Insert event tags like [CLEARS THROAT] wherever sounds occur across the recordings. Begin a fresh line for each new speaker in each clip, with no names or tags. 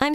I'm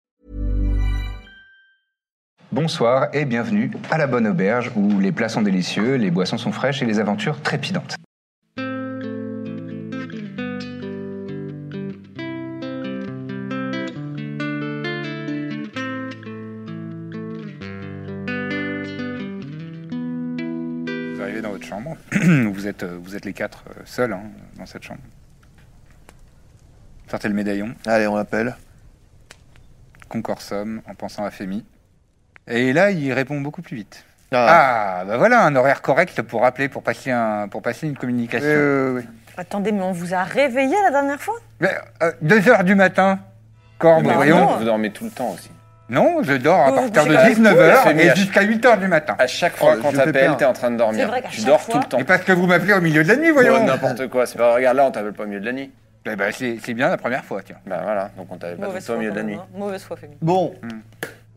Bonsoir et bienvenue à la Bonne Auberge où les plats sont délicieux, les boissons sont fraîches et les aventures trépidantes. Vous arrivez dans votre chambre, [CLEARS THROAT] vous êtes, euh, vous êtes les quatre euh, seuls hein, dans cette chambre. Sortez le médaillon,
Allez, on l'appelle.
concorsum, en pensant à Fémi. Et là, il répond beaucoup plus vite.
Ah,
Ah, bah voilà un horaire correct pour rappeler, pour passer, un, pour passer une communication.
Euh, oui,
Attendez, mais on vous a réveillé la dernière fois
Mais, euh, deux heures du matin, Corbe,
Mais
voyons.
non.
Vous dormez tout le temps aussi.
Non, je dors à
Vous-
partir
Oh, vous
de
êtes-
19h
Fémi, à-
et jusqu'à 8h du matin.
À chaque fois
Oh,
qu'on
je fais
t'appelle,
peur.
t'es en train de dormir.
C'est vrai qu'à
tu
chaque
dors
fois-
tout le temps.
Et parce que vous m'appelez au milieu de la nuit, voyons.
Oh,
Ouais, N'importe quoi. C'est pas regarde là, on t'appelle pas au milieu de la nuit.
Eh ben, c'est c'est bien la première fois, tiens.
Bah voilà, donc on t'appelle pas tout le temps au milieu de la
quand
nuit.
même, hein. Mauvaise foi, Femi.
Bon,
Hmm.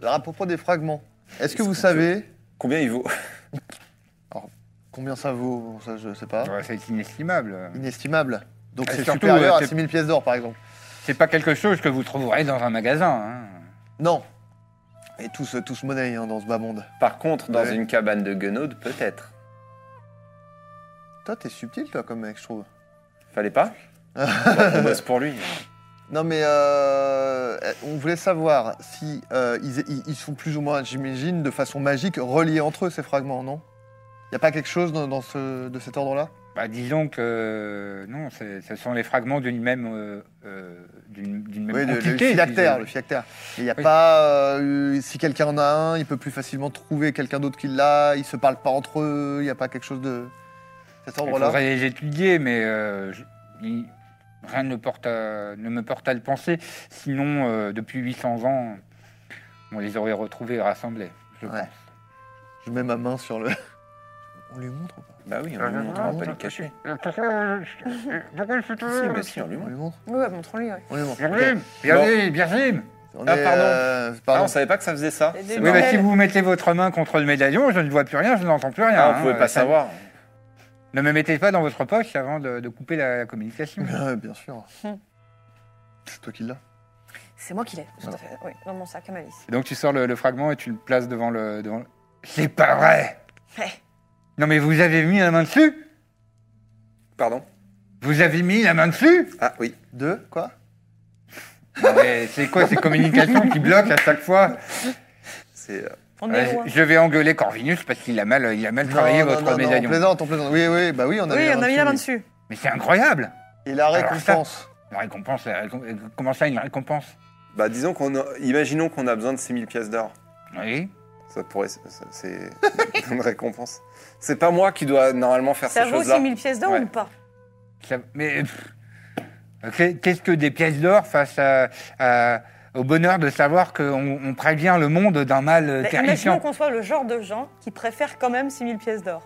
alors à propos des fragments, est-ce que vous savez
Combien il vaut [LAUGHS]
combien ça vaut Bon, Ça, je sais pas.
Ouais, C'est inestimable.
Inestimable. Donc
Et
c'est
surtout,
supérieur
euh,
à
c'est-
6000 pièces d'or, par exemple.
C'est pas quelque chose que vous trouverez dans un magasin. hein.
Non. Et tous, euh, tous monnaie hein, dans ce bas monde.
Par contre, dans
Ouais.
une cabane de guenaude, peut-être.
Toi, t'es subtil, toi, comme mec, je trouve.
Fallait [LAUGHS] pas Bon, On bosse pour lui.
Non, mais euh, on voulait savoir si euh, ils, ils- ils sont plus ou moins, j'imagine, de façon magique, reliés entre eux, ces fragments, non Y a pas quelque chose dans, dans ce, de cet ordre-là
Bah, disons que euh, non, c'est- ce sont les fragments d'une même, euh, euh, d'une d'une même
Oui, le, le
entité,
phylactère,
disons.
le phylactère. Il n'y a
Oui.
pas. euh, si quelqu'un en a un, il peut plus facilement trouver quelqu'un d'autre qui l'a, ils se parlent pas entre eux, il n'y a pas quelque chose de cet
Il
ordre-là.
faudrait les étudier, mais euh, je- il- rien ne, porte à- ne me porte à le penser. Sinon, euh, depuis 800 ans, on les aurait retrouvés et rassemblés. je
Ouais.
pense.
Je mets ma main sur le. On lui montre ou pas Ah,
Bah oui, on lui montre, on va pas lui cacher. Si, si, mais si, on lui
On
montre.
lui montre
Oui, ouais, montrons-lui, ouais.
On lui montre.
Birzim,
ok.
Birzim, Birzim
On
Ah,
est,
pardon.
euh,
Ah,
pardon.
on savait pas que ça faisait ça.
Et
C'est
des-
Oui,
marrant.
bah,
Marrel.
si vous mettez votre main contre le médaillon, je ne vois plus rien, je n'entends plus rien.
Ah,
hein.
on pouvait pas
Ça-
savoir.
Ne me mettez pas dans votre poche avant de, de couper la, la communication.
[LAUGHS] Ouais, bien sûr.
Hum.
Hmm.
C'est toi qui l'as.
C'est moi qui l'ai, tout à fait. Oui, dans mon sac à malice.
Et donc tu sors le, le fragment et tu le places devant le... devant le- C'est pas vrai
Eh,
Non mais vous avez mis la main dessus
Pardon
Vous avez mis la main dessus
Ah oui.
Deux, quoi
Non, mais C'est quoi ces communications qui bloquent à
[LAUGHS]
chaque fois
C'est. euh,
on
Ouais,
est loin.
Je vais engueuler Corvinus parce qu'il a mal, il a mal travaillé
Non, non,
votre
non, non,
médaillon.
on plaisante, on plaisante. Oui, oui, bah oui, on a mis
Oui,
la
on
main
a mis la main
oui.
dessus.
mais c'est incroyable
Et la
Alors ça-
récompense
La récompense, la récom- euh, comment ça une récompense
Bah disons qu'on. a- Imaginons qu'on a besoin de 6000 pièces d'or.
Oui.
Ça pourrait. ça- ça-
[LAUGHS]
C'est une récompense. C'est pas moi qui dois normalement faire
Ça
ces
vaut
choses-là.
6000 pièces d'or
Ouais.
ou pas
Ça- mais pff, qu'est- qu'est-ce que des pièces d'or face à, à- au bonheur de savoir qu'on on prévient le monde d'un mal euh,
Bah,
terrifiant
Imaginons qu'on soit le genre de gens qui préfèrent quand même 6000 pièces d'or.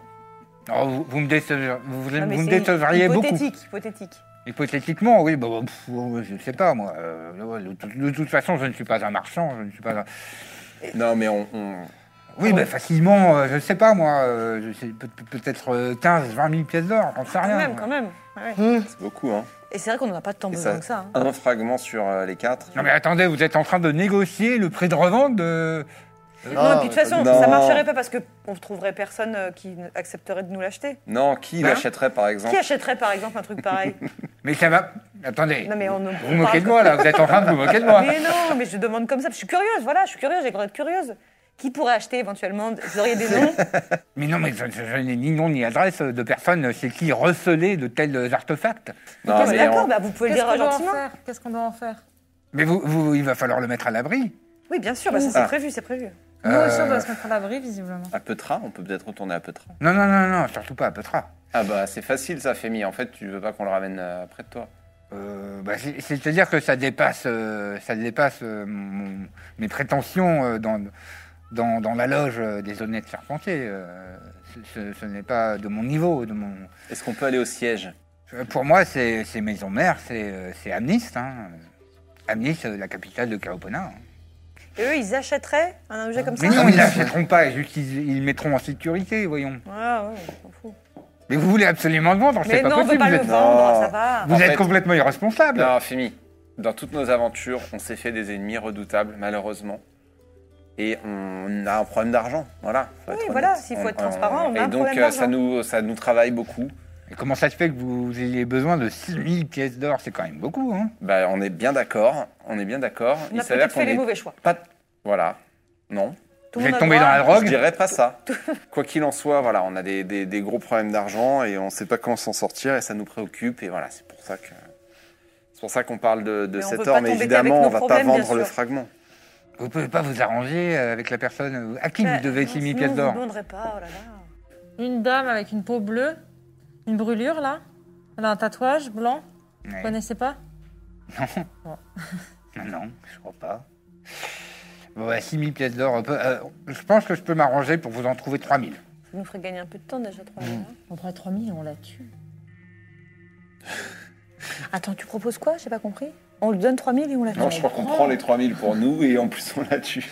Oh, vous, vous me décevez- vous- vous
Non, mais
me
c'est
décevriez beaucoup.
Hypothétique, hypothétique.
Hypothétiquement, oui, bah, bah, pff, ouais, je ne sais pas, moi. euh, de, toute- de toute façon, je ne suis pas un marchand, je ne suis pas un-
Non, mais on. on-
Oui, bah, facilement, euh, je ne sais pas, moi, euh, je sais, peut- peut- peut-être euh, 15, 20 000 pièces d'or, j'en sais
Ah, Quand
rien.
même,
moi.
quand même. Ouais. Hum.
C'est beaucoup, hein.
Et c'est vrai qu'on n'en a pas tant
Et
besoin
ça-
que ça. hein.
Un fragment sur euh, les quatre.
Non, mais attendez, vous êtes en train de négocier le prix de revente de...
Non, et puis de toute façon,
non.
ça marcherait pas parce qu'on ne trouverait personne euh, qui accepterait de nous l'acheter.
Non, qui
Hein
l'achèterait par exemple
Qui achèterait par exemple un truc pareil
Mais ça va... Attendez,
Non mais on ne
vous vous moquez de moi, là, vous êtes en train de vous moquer de moi.
Mais non, mais je demande comme ça. Je suis curieuse, voilà, je suis curieuse, j'ai le droit d'être curieuse. Qui pourrait acheter éventuellement Vous auriez des noms
Mais non, mais je, je- je n'ai ni nom ni adresse de personne chez qui receler de tels artefacts.
Non,
Bon,
mais
D'accord,
on-
bah, vous pouvez le
Qu'est-ce
dire
qu'on doit en
gentiment.
faire Qu'est-ce qu'on doit en faire
Mais vous, vous- il va falloir le mettre à l'abri.
Oui, bien sûr, bah, ça c'est
Ah.
prévu, c'est prévu.
Nous
Euh,
aussi, on doit se mettre à l'abri, visiblement.
À Petra, on peut peut-être retourner à Petra.
Non, non, non, non, surtout pas à Petra.
Ah bah c'est facile ça, Fémi. En fait, tu veux pas qu'on le ramène euh, près de toi.
Euh, bah, c'est- C'est-à-dire que ça dépasse, euh, ça dépasse euh, mon- mes prétentions euh, dans, dans, dans la loge euh, des honnêtes charpentiers. euh, ce- ce ce n'est pas de mon niveau. De mon...
Est-ce qu'on peut aller au siège
Euh, Pour moi, c'est c'est maison mère, c'est euh, c'est Amnist. Hein. Amnist, euh, la capitale de Kaopona. hein.
Et eux, ils achèteraient un objet comme ça
Ah. Mais non,
Amnist,
ils l'achèteront pas, juste ils, ils le mettront en sécurité, voyons.
Ah ouais, je m'en fous.
Mais vous voulez absolument le vendre,
Mais
c'est pas
non, on ne veut
possible.
pas
vous
le
êtes, Oh.
vendre,
Non.
ça va.
vous
En
êtes
fait-
complètement
Ah
irresponsable.
bah.
Non, Fimi, dans toutes nos aventures, on s'est fait des ennemis redoutables, malheureusement. Et on a un problème d'argent, voilà. faut
Oui,
être
voilà,
honnête.
s'il faut être transparent, on a
Et
un
donc,
problème
euh, ça,
d'argent.
nous, ça nous travaille beaucoup.
Et comment ça se fait que vous ayez besoin de 6000 pièces d'or C'est quand même beaucoup, hein
Bah, on est bien d'accord, on est bien d'accord.
On
Il
a
s'avère
peut-être
qu'on
fait les
est
mauvais choix.
pas... Voilà, non.
Tout
Vous
le monde
êtes
a
tombé
droit.
dans la
Je
drogue
dirais pas ça. Quoi qu'il en soit, voilà, on a des, des- des gros problèmes d'argent et on sait pas comment s'en sortir et ça nous préoccupe et voilà, c'est pour ça que c'est pour ça qu'on parle de, de
Mais on
cet
veut
or,
pas
mais
t'embêter
évidemment,
avec
on
nos
va pas
problèmes, bien
vendre le
sûr.
fragment.
Vous pouvez pas vous arranger euh, avec la personne à qui
Ouais,
vous devez
non,
6000
Euh, sinon,
pièces d'or
On ne demanderait pas, oh là là.
Une dame avec une peau bleue, une brûlure là. Elle a un tatouage blanc.
Ouais.
Vous connaissez pas
Non, non, je crois pas. Bon, ouais, 6000 pièces d'or, on peut- euh, je pense que je peux m'arranger pour vous en trouver 3000.
Ça nous ferait gagner un peu de temps déjà, 3 000. hein.
On prend 3000 et on la tue. Attends, tu proposes quoi J'ai pas compris.
On lui donne 3 000 et on la tue.
Non, je crois qu'on prend les 3000 pour nous et en plus on la tue.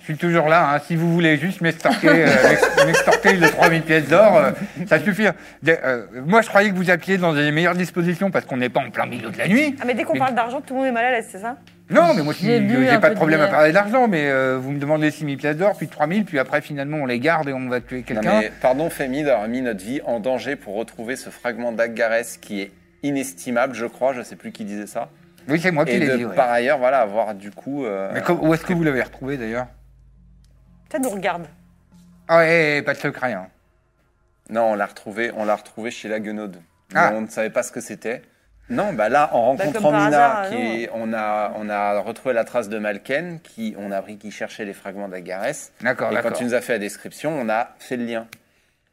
Je suis toujours là, hein, si vous voulez juste m'extorquer euh, [LAUGHS] m'ex- m'extorquer de 3000 pièces d'or, euh, ça suffit. De- euh, moi, je croyais que vous appuyez dans des meilleures dispositions parce qu'on n'est pas en plein milieu de la nuit.
Ah, mais dès qu'on
Mais-
parle d'argent, tout le monde est mal à l'aise, c'est ça
Non, mais moi, je
J'ai bu
n'ai
un
pas
peu
de
de
problème à
bière.
parler d'argent, mais euh, vous me demandez 6000 pièces d'or, puis 3000, puis après, finalement, on les garde et on va tuer
Non,
quelqu'un.
mais pardon Femi d'avoir mis notre vie en danger pour retrouver ce fragment d'Aggarès qui est inestimable, je crois, je sais plus qui disait ça.
Oui, c'est moi qui
Et
l'ai
de,
dit. ouais.
par ailleurs, voilà, avoir du coup euh,
Mais com- où est-ce que vous l'avez retrouvé d'ailleurs
Ça nous regarde.
Ah ouais, pas de secret. Hein.
Non, on l'a retrouvé, on l'a retrouvé chez la Guenaude. Mais
Ah.
On ne savait pas ce que c'était. Non, bah là, en
Bah, comme
rencontrant
par
Mina,
hasard,
qui
non.
est- on, a, on a retrouvé la trace de Malken, qui on a appris qu'il cherchait les fragments d'Agarès.
D'accord,
Et
d'accord.
quand il nous a fait la description, on a fait le lien.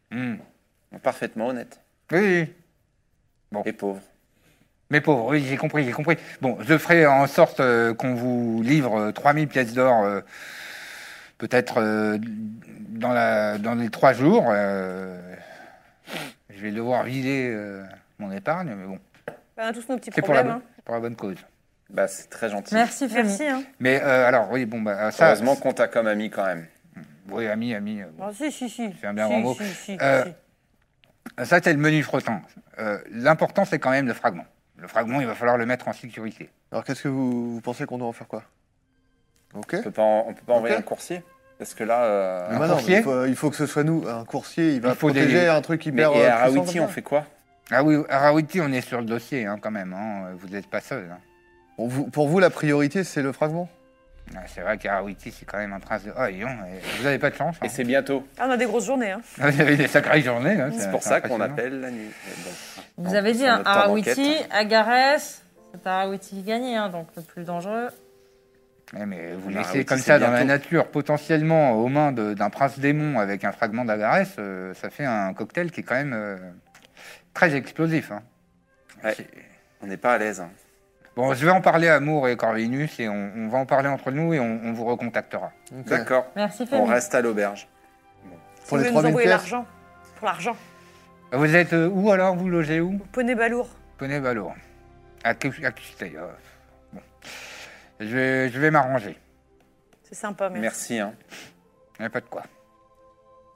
Hmm.
Parfaitement honnête.
Oui, oui.
Et pauvre.
Mais pauvre, oui, j'ai compris, j'ai compris. Bon, je ferai en sorte euh, qu'on vous livre euh, 3000 pièces d'or, euh, peut-être euh, dans, la- dans les trois jours. euh, je vais devoir vider euh, mon épargne, mais bon,
Bah, on a tous nos petits
c'est pour, la
problèmes.
bonne-
hein.
pour la bonne cause.
Bah, c'est très gentil.
Merci Femi.
Merci. Hein.
Mais euh, alors, oui, bon, bah, ça.
Heureusement qu'on t'a comme ami quand même.
Oui, ami, ami. euh, bon.
Ah, si, si, si.
C'est un bien
Si,
grand mot.
si, si,
Euh,
si.
Ça, c'est le menu frottant. Euh, L'important, c'est quand même le fragment. Le fragment, il va falloir le mettre en sécurité.
Alors qu'est-ce que vous, vous pensez qu'on doit en faire quoi Ok.
On peut pas, en- on peut pas envoyer
Ok.
un coursier Parce que là. euh,
Mais
Un
non, mais
coursier
il, faut, il faut que ce soit nous, un coursier, il va
Il faut des-
protéger un truc
Mais
hyper.
et
euh,
à
puissant
Rawiti,
comme
on
ça.
fait quoi
Ah oui, Arawiti, on est sur le dossier hein, quand même. hein. Vous n'êtes pas seul. hein.
Pour vous, pour vous, la priorité, c'est le fragment
Ah, C'est vrai qu'Arawiti, c'est quand même un prince de. Oh, dis donc, eh, vous n'avez pas de chance. hein.
Et c'est bientôt.
Ah, on a des grosses journées. Hein.
[LAUGHS] Vous avez des sacrées journées. hein,
C'est pour ça qu'on
impressionnant.
appelle la nuit. Mais bon.
Vous
En
avez
plus,
dit
on a
un
le temps d'enquête.
Arawiti, Agarès. C'est Arawiti qui gagnait, hein, donc le plus dangereux.
Eh, mais vous
Ah,
laissez
Arawiti,
comme
c'est
ça dans la
bientôt.
nature, potentiellement aux mains de- d'un prince démon avec un fragment d'Agarès, euh, ça fait un cocktail qui est quand même euh, très explosif. hein.
Ouais.
C'est-
On n'est pas à l'aise. hein.
Bon, je vais en parler à Moore et Corvinus et on, on va en parler entre nous et on, on vous recontactera.
Ok.
D'accord.
Merci Femi.
On reste à l'auberge.
Si
Pour les
vous voulez nous
3000
envoyer
pièces
l'argent. Pour l'argent.
Vous êtes euh, où alors Vous logez où
Poney balourd.
Poney Valo. À Cus- à Custey, euh, Bon. Je vais, je vais m'arranger.
C'est sympa, mais.
Merci. Hein.
Il n'y a pas de quoi.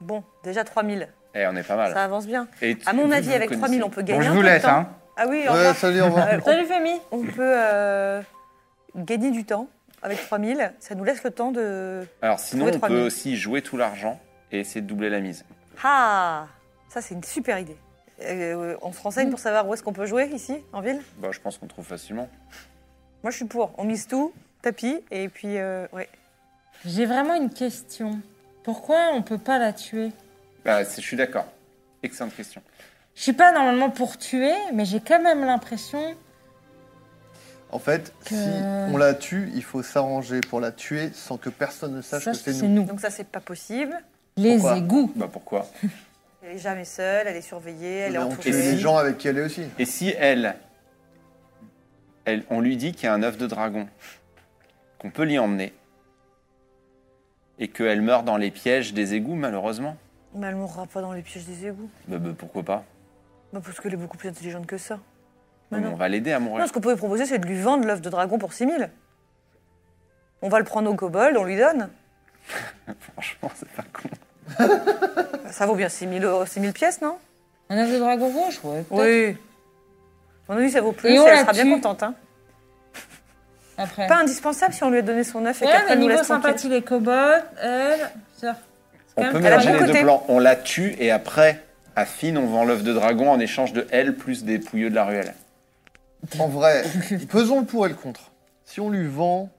Bon, déjà 3 000.
Eh, on est pas mal.
Ça avance bien.
Et
À mon
vous,
avis,
vous
avec 3 000, on
connaissez.
peut
Bon,
gagner un
je vous
peu de
laisse,
temps.
hein.
Ah oui, au
Ouais,
revoir.
salut, au revoir.
[LAUGHS] Euh, on-
Salut Femi.
On peut euh, gagner du temps avec 3 000. Ça nous laisse le temps de.
Alors sinon,
Trouver
on
3
peut
000.
aussi jouer tout l'argent et essayer de doubler la mise.
Ah Ça, c'est une super idée. Euh, on se renseigne pour savoir où est-ce qu'on peut jouer ici, en ville
Bah, je pense qu'on trouve facilement.
Moi, je suis pour. On mise tout, tapis, et puis. euh, ouais.
J'ai vraiment une question. Pourquoi on peut pas la tuer
Bah, c'est- je suis d'accord. Excellente question.
Je suis pas normalement pour tuer, mais j'ai quand même l'impression.
En fait,
Que-
si on la tue, il faut s'arranger pour la tuer sans que personne ne sache
sache
que c'est nous.
Donc, ça, c'est pas possible.
Les
Pourquoi
égouts.
Bah pourquoi
Elle est jamais seule, elle est surveillée, elle est
Mais on
entourée.
tue les gens avec qui elle est aussi.
Et si elle, elle on lui dit qu'il y a un œuf de dragon, qu'on peut l'y emmener, et qu'elle meurt dans les pièges des égouts, malheureusement,
Mais elle mourra pas dans les pièges des égouts.
bah, bah, pourquoi pas
Bah, parce qu'elle est beaucoup plus intelligente que ça. Mais
On va l'aider à
Bah, Non,
mourir.
ce qu'on peut lui proposer, c'est de lui vendre l'œuf de dragon pour 6000. On va le prendre au kobold, on lui donne.
[LAUGHS] Franchement, c'est pas con.
Bah, Ça vaut bien 6000 euros, 6 000 pièces, non
Un œuf de dragon rouge, ouais. peut-être.
Oui. À mon avis, ça vaut plus,
Et
et
on
elle
la
sera bien
tue.
contente. Hein.
Après.
Pas indispensable si on lui a donné son œuf et
Ouais,
qu'après
mais
elle nous
niveau
laisse tranquille.
sympathie, les kobolds, elle. sœur. C'est
On
quand
peut
même-
Elle a
mélanger
bon
les deux
côté.
plans. On la tue et après, à Finn, on vend l'œuf de dragon en échange de elle plus des pouilleux de la ruelle.
En vrai, pesons le pour et le contre. Si on lui vend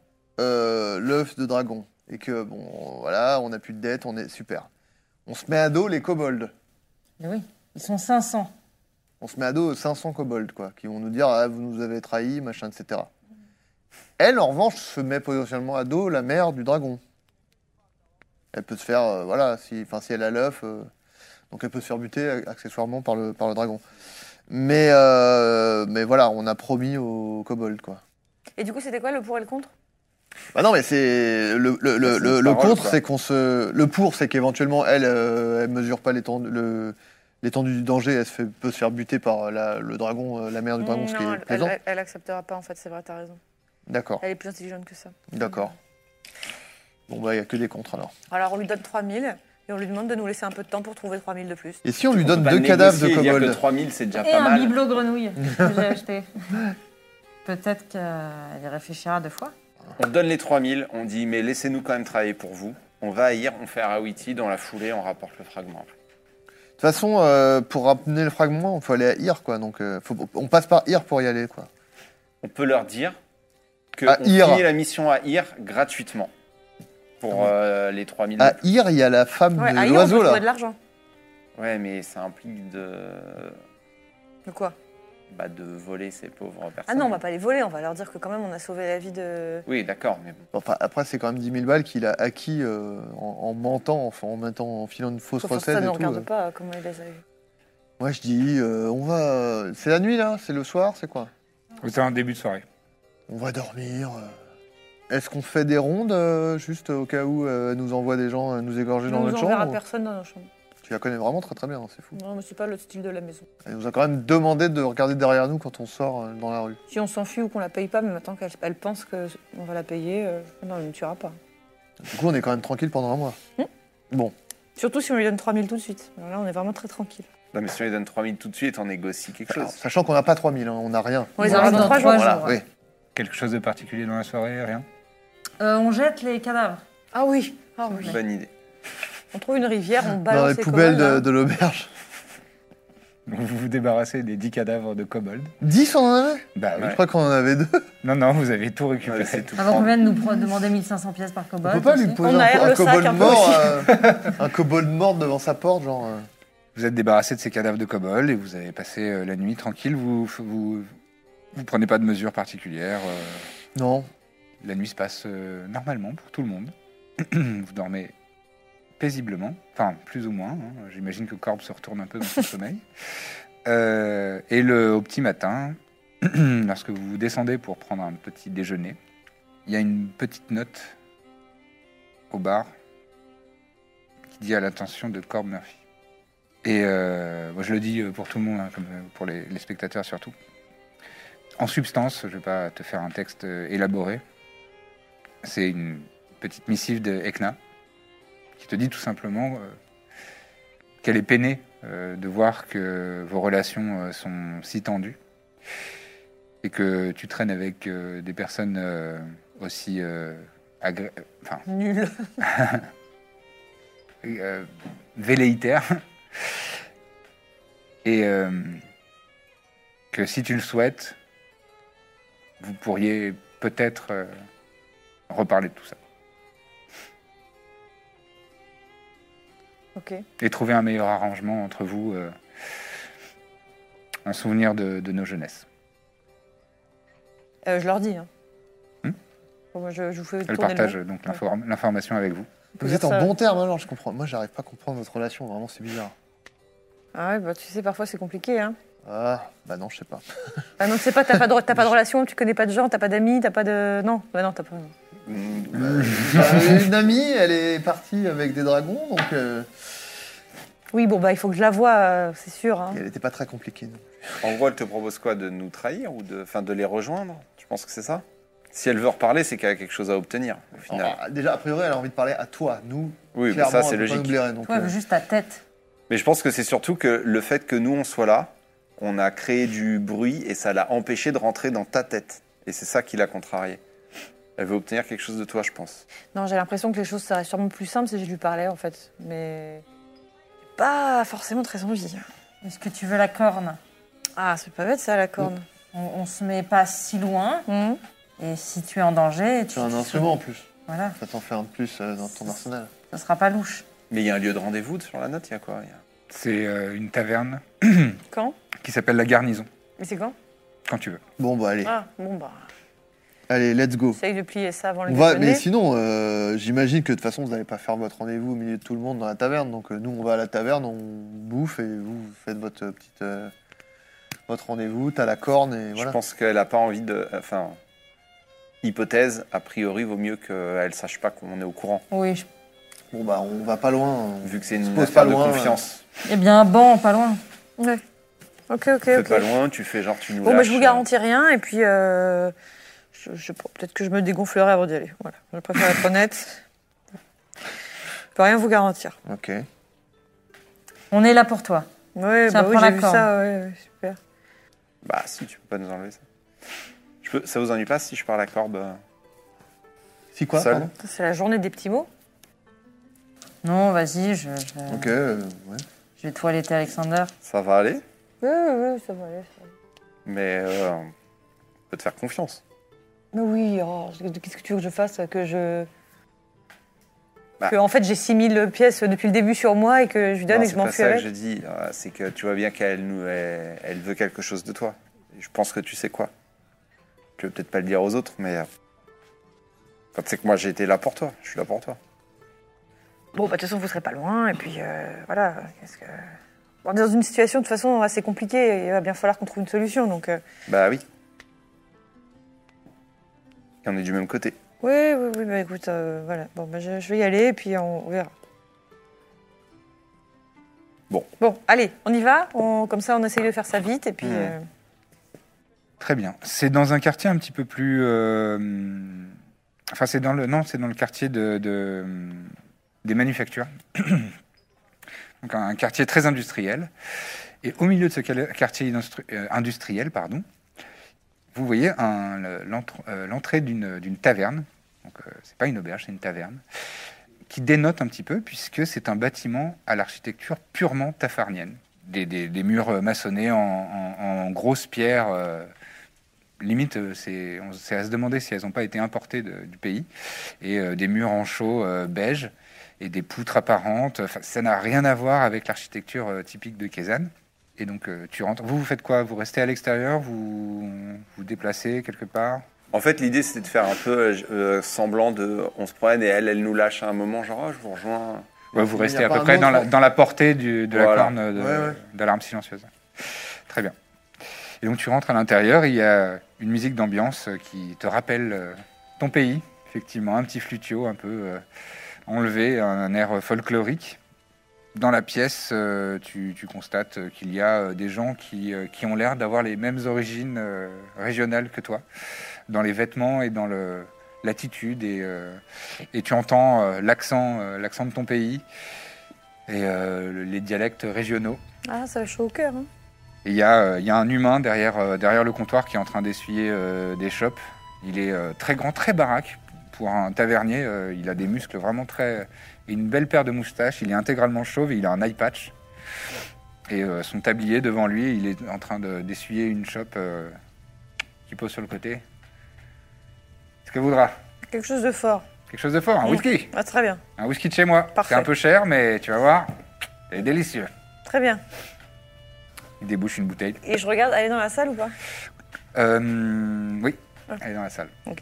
euh, l'œuf de dragon et que, bon, voilà, on n'a plus de dette, on est super. On se met à dos les kobolds.
Mais oui, ils sont 500.
On se met à dos 500 kobolds, quoi, qui vont nous dire ah, vous nous avez trahis, machin, etc. Elle, en revanche, se met potentiellement à dos la mère du dragon. Elle peut se faire, euh, voilà, si, enfin, si elle a l'œuf, euh, donc elle peut se faire buter euh, accessoirement par le, par le dragon. Mais, euh, mais voilà, on a promis aux kobolds, quoi.
Et du coup, c'était quoi le pour et le contre
Bah non, mais c'est le, le, le, le-
C'est une
le
parole,
contre,
quoi.
c'est qu'on se. Le pour, c'est qu'éventuellement, elle, euh, elle mesure pas l'étendue le- l'étendue du danger. Elle se fait, peut se faire buter par la, le dragon, euh, la mère du dragon, ce qui est
Non, elle,
plaisant.
elle- elle acceptera pas, en fait, c'est vrai, t'as raison.
D'accord,
Elle est plus intelligente que ça.
d'accord. Bon, bah, il n'y a que des contres alors.
Alors, on lui donne 3000 et on lui demande de nous laisser un peu de temps pour trouver 3000 de plus.
Et si on lui
On
donne
peut pas
deux
le
cadavres de
négocier et dire que
kobolds
3000, c'est déjà
Et
pas
un
mal.
[LAUGHS]
bibelot grenouille que j'ai acheté. Peut-être qu'elle y réfléchira deux fois.
On donne les 3000, on dit mais laissez-nous quand même travailler pour vous. On va à IR, on fait Harawiti, dans la foulée, on rapporte le fragment. après.
De toute façon, euh, pour ramener le fragment, il faut aller à Ir, quoi. Donc, euh, faut- on passe par Ir pour y aller, quoi.
On peut leur dire que
À
on
IR.
finit la mission à IR gratuitement pour euh, les 3000.
À Ir, il y a la femme
Ouais, ah,
de
ailleurs, on peut
l'oiseau,
trouver
là.
de l'argent.
Ouais, mais ça implique de,
De quoi
bah, de voler ces pauvres personnes.
Ah non, on va pas les voler, on va leur dire que quand même, on a sauvé la vie de...
Oui, d'accord, mais bon.
Enfin, après, c'est quand même 10 000 balles qu'il a acquis euh, en, en mentant, en, en mentant, en filant une fausse
Sauf que
recette
ça
et
ne
tout.
regarde
euh.
pas comment il les a eu.
Moi, je dis, euh, on va. euh, C'est la nuit, là C'est le soir C'est quoi
C'est un début de soirée.
On va dormir. euh. Est-ce qu'on fait des rondes, euh, juste au cas où euh, elle nous envoie des gens euh, nous égorger
On
dans
nous
notre
enverra
chambre ou-
personne dans nos chambres.
Tu la connais vraiment très très bien, hein, c'est fou.
Non, mais c'est pas le style de la maison.
Elle nous a quand même demandé de regarder derrière nous quand on sort euh, dans la rue.
Si on s'enfuit ou qu'on la paye pas, mais maintenant qu'elle elle pense qu'on va la payer, euh, non, elle ne tuera pas.
Du coup, on est quand même tranquille pendant un mois. Bon,
Surtout si on lui donne 3000 tout de suite. Alors là, on est vraiment très tranquille.
Non, mais si on les donne 3000 tout de suite, on négocie quelque
alors,
chose.
sachant qu'on n'a pas 3000, hein, on n'a rien.
On les
aura
aura
dans
dans 3 jours.
trois
Voilà, Ah,
jours.
oui.
Quelque chose de particulier dans la soirée, rien
Euh, on jette les cadavres.
Ah oui, ah oui.
Bonne idée.
On trouve une rivière, on balance
Dans les poubelles de, de l'auberge.
Vous vous débarrassez des 10 cadavres de kobold.
10 on en avait
Bah oui.
Je crois qu'on en avait deux.
Non, non, vous avez tout récupéré.
Ouais, c'est tout.
Avant qu'on
prendre.
vienne nous pro- demander 1500 pièces par
On
kobold.
peut pas
aussi.
lui poser
On
un,
aère
un
le sac
kobold
un peu
mort,
aussi.
euh, [LAUGHS] un kobold mort devant sa porte, genre. euh.
Vous êtes débarrassé de ces cadavres de kobold et vous avez passé euh, la nuit tranquille. Vous vous, vous prenez pas de mesures particulières. euh,
Non.
la nuit se passe euh, normalement pour tout le monde. [CLEARS THROAT] vous dormez paisiblement, enfin plus ou moins. hein. J'imagine que Corbe se retourne un peu dans son sommeil. Euh, et le, au petit matin, [CLEARS THROAT] lorsque vous descendez pour prendre un petit déjeuner, il y a une petite note au bar qui dit à l'attention de Corbe Murphy. Et euh, moi, je le dis euh, pour tout le monde, hein, comme euh, pour les, les spectateurs surtout. En substance, je ne vais pas te faire un texte euh, élaboré. C'est une petite missive de Ekna qui te dit tout simplement euh, qu'elle est peinée euh, de voir que vos relations euh, sont si tendues et que tu traînes avec euh, des personnes euh, aussi euh, agré- enfin, [LAUGHS]
Nul.
euh, velléitaire. Et euh, que si tu le souhaites, vous pourriez peut-être euh, reparler de tout ça.
hein. Ok.
Et trouver un meilleur arrangement entre vous euh, en souvenir de, de nos jeunesses.
Euh, je leur dis. Hein.
Hmm
Bon, moi, je, je vous fais
Elle
tourner
partage
le
euh, donc l'inform- l'information avec vous.
peut
Vous
dire
êtes en
ça.
bon terme alors, je comprends. Moi, j'arrive pas à comprendre votre relation, vraiment, c'est bizarre.
Ah ouais, bah tu sais, parfois c'est compliqué. Hein.
Ah, bah non, je
[LAUGHS]
sais pas.
Ah non, tu sais pas, t'as pas, de, t'as pas de relation, tu connais pas de gens, t'as pas d'amis, t'as pas de. Non, bah non, t'as pas.
Euh, une amie, elle est partie avec des dragons, donc euh,
Oui, bon, bah il faut que je la voie, euh, c'est sûr. hein.
elle était pas très compliquée. non.
En gros, elle te propose quoi De nous trahir ou de, enfin, de les rejoindre Tu penses que c'est ça Si elle veut reparler, c'est qu'elle a quelque chose à obtenir, au final.
Ah, déjà, a priori, elle a envie de parler à toi, nous.
Oui, mais
clairement,
ça,
elle
c'est
peut pas
logique.
nous blairer, donc,
Ouais,
euh,
mais juste ta tête.
Mais je pense que c'est surtout que le fait que nous, on soit là, on a créé du bruit et ça l'a empêché de rentrer dans ta tête. Et c'est ça qui l'a contrarié. Elle veut obtenir quelque chose de toi, je pense.
Non, j'ai l'impression que les choses seraient sûrement plus simples si je lui parlais en fait. Mais. j'ai Pas forcément très envie.
Est-ce que tu veux la corne
Ah, c'est pas bête ça, la corne.
on, on se met pas si loin.
Mhm.
Et si tu es en danger, tu.
C'est un
tu-
instrument en plus.
Voilà,
Ça t'en fait un de plus euh, dans ton arsenal.
ça sera pas louche.
Mais il y a un lieu de rendez-vous sur la note, il y a quoi Il y a-
C'est euh, une taverne
Quand
qui s'appelle La Garnison,
Mais c'est quand
quand tu veux.
Bon, bah allez,
Ah, bon, bah.
allez, let's go.
J'essaye de plier ça avant le
On va,
déjeuner.
mais sinon, euh, j'imagine que de toute façon, vous n'allez pas faire votre rendez-vous au milieu de tout le monde dans la taverne. Donc euh, nous, on va à la taverne, on bouffe et vous vous faites votre euh, petite euh, votre rendez-vous. T'as la corne et voilà.
Je pense qu'elle n'a pas envie de. Enfin, hypothèse, a priori, vaut mieux qu'elle ne sache pas qu'on est au courant,
Oui. je-
Bon bah, on va pas loin.
vu que c'est une
pose
affaire
pas loin,
de confiance.
Eh bien, un banc, pas loin.
Ouais. Ok, ok, ok.
Tu fais pas loin, tu fais genre, tu nous
Bon, bah,
lâches,
je vous garantis rien, et puis euh, je, je- peut-être que je me dégonflerai avant d'y aller. Voilà, je préfère être honnête. Je peux rien vous garantir.
euh, Ok.
On est là pour toi.
Ouais,
Ça
bah oui,
prend
j'ai
la
vu
corne.
ça, ouais, ouais, super.
euh, Bah, si, tu peux pas nous enlever ça. Je peux... Ça vous ennuie pas si je parle à Corbe euh,
Si quoi
Seul
pardon
Ça, C'est la journée des petits mots.
Non, vas-y, je, je vais-
Ok. euh, ouais.
je vais toiletter Alexander.
Ça va aller,
Ouais, ouais, ouais, ça va aller. ça va.
mais euh, on peut te faire confiance.
Mais oui, oh, je- qu'est-ce que tu veux que je fasse Que je.
Bah.
Que, en fait, j'ai 6000 pièces depuis le début sur moi et que je lui donne
Non,
et que
c'est
je
pas ça que
m'enfuirai.
j'ai dit. euh, C'est que tu vois bien qu'elle nous, elle, elle veut quelque chose de toi. Et Je pense que tu sais quoi. Tu veux peut-être pas le dire aux autres, mais euh, enfin, tu sais que moi j'ai été là pour toi. Je suis là pour toi.
Bon, bah, de toute façon, vous serez pas loin, et puis euh, voilà. Qu'est-ce que. Bon, dans une situation, de toute façon, assez compliquée, il va bien falloir qu'on trouve une solution, donc. euh,
Bah oui. Et on est du même côté.
Oui, oui, oui, bah écoute, euh, voilà. Bon, bah, je, je vais y aller et puis on, on verra.
Bon.
Bon, allez, on y va. On, comme ça, on essaye de faire ça vite et puis. euh,
Très bien. C'est dans un quartier un petit peu plus. euh, Enfin, c'est dans le non, c'est dans le quartier de, de- des manufactures. [CLEARS THROAT] Donc un, un quartier très industriel. Et au milieu de ce cal- quartier industri- euh, industriel, pardon, vous voyez un- le- l'entr- euh, l'entrée d'une d'une taverne. Donc euh, c'est pas une auberge, c'est une taverne qui dénote un petit peu puisque c'est un bâtiment à l'architecture purement tafarnienne. Des, des- des murs euh, maçonnés en, en- en grosses pierres. euh, limite, euh, c'est on- c'est à se demander si elles n'ont pas été importées de- du pays. Et euh, des murs en chaux euh, beige et des poutres apparentes. Enfin, ça n'a rien à voir avec l'architecture euh, typique de Kézanne. Et donc, euh, tu rentres. Vous, vous faites quoi Vous restez à l'extérieur Vous vous déplacez quelque part
En fait, l'idée c'était de faire un peu euh, semblant de. On se promène et elle, elle nous lâche à un moment, genre, Ah, je vous rejoins.
Ouais, vous
Il y
restez
a
à
pas
peu
un
près dans
autre-
la, dans la portée du- de la
Voilà.
corne de,
Ouais, ouais.
de l'alarme silencieuse. Très bien. Et donc tu rentres à l'intérieur, il y a une musique d'ambiance euh, qui te rappelle euh, ton pays, effectivement, un petit flutio un peu euh, enlevé, un, un air folklorique. Dans la pièce, euh, tu, tu constates euh, qu'il y a euh, des gens qui, euh, qui ont l'air d'avoir les mêmes origines euh, régionales que toi, dans les vêtements et dans le- l'attitude. Et, euh, et tu entends euh, l'accent euh, l'accent de ton pays et euh, le- les dialectes régionaux.
Ah, ça va chaud au cœur. Hein.
Et il y, a, euh, il y a un humain derrière, euh, derrière le comptoir qui est en train d'essuyer euh, des chopes. Il est euh, très grand, très baraque. Pour un tavernier, euh, il a des muscles vraiment très... et une belle paire de moustaches. Il est intégralement chauve et il a un eye patch. Et euh, son tablier devant lui, il est en train de- d'essuyer une chope euh, qui pose sur le côté. Ce que voudra.
Quelque chose de fort.
Quelque chose de fort, un
Mm.
whisky.
Ah, très bien,
Un whisky de chez moi. C'est
Parfait.
un peu cher, mais tu vas voir, c'est délicieux.
très bien.
Il débouche une bouteille.
Et je regarde, elle est dans la salle ou pas
Euh, oui, elle est dans la salle.
Ok.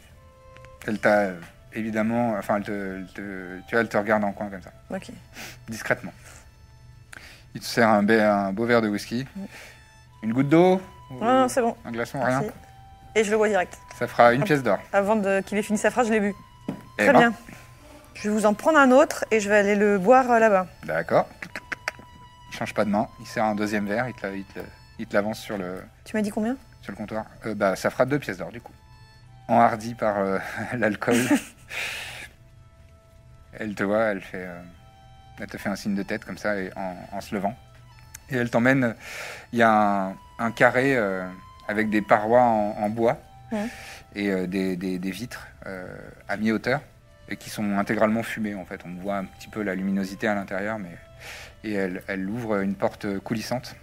Elle t'a euh, évidemment, enfin, elle te, elle te- tu vois, elle te regarde en coin comme ça,
Ok.
discrètement. Il te sert un, be- un beau verre de whisky.
Mm.
Une goutte d'eau Ou
Non, non, c'est bon.
Un glaçon, rien
Merci. Et je le vois direct.
Ça fera une pièce d'or.
Avant de- qu'il ait fini sa phrase, je l'ai bu.
Eh
Ah, Très
ben,
bien. Je vais vous en prendre un autre et je vais aller le boire euh, là-bas.
D'accord. Il change pas de main. Il sert un deuxième verre. Il te, la- il te la- il te l'avance sur le,
Tu m'as dit combien
sur le comptoir. Euh, bah, ça fera deux pièces d'or, du coup. Enhardie par euh, [LAUGHS] l'alcool. elle te voit, elle, fait, euh, elle te fait un signe de tête comme ça et en, en se levant. Et elle t'emmène. Il y a un, un carré euh, avec des parois en, en bois
Ouais.
et euh, des, des- des vitres euh, à mi-hauteur et qui sont intégralement fumées en fait. On voit un petit peu la luminosité à l'intérieur, mais et elle, elle ouvre une porte coulissante.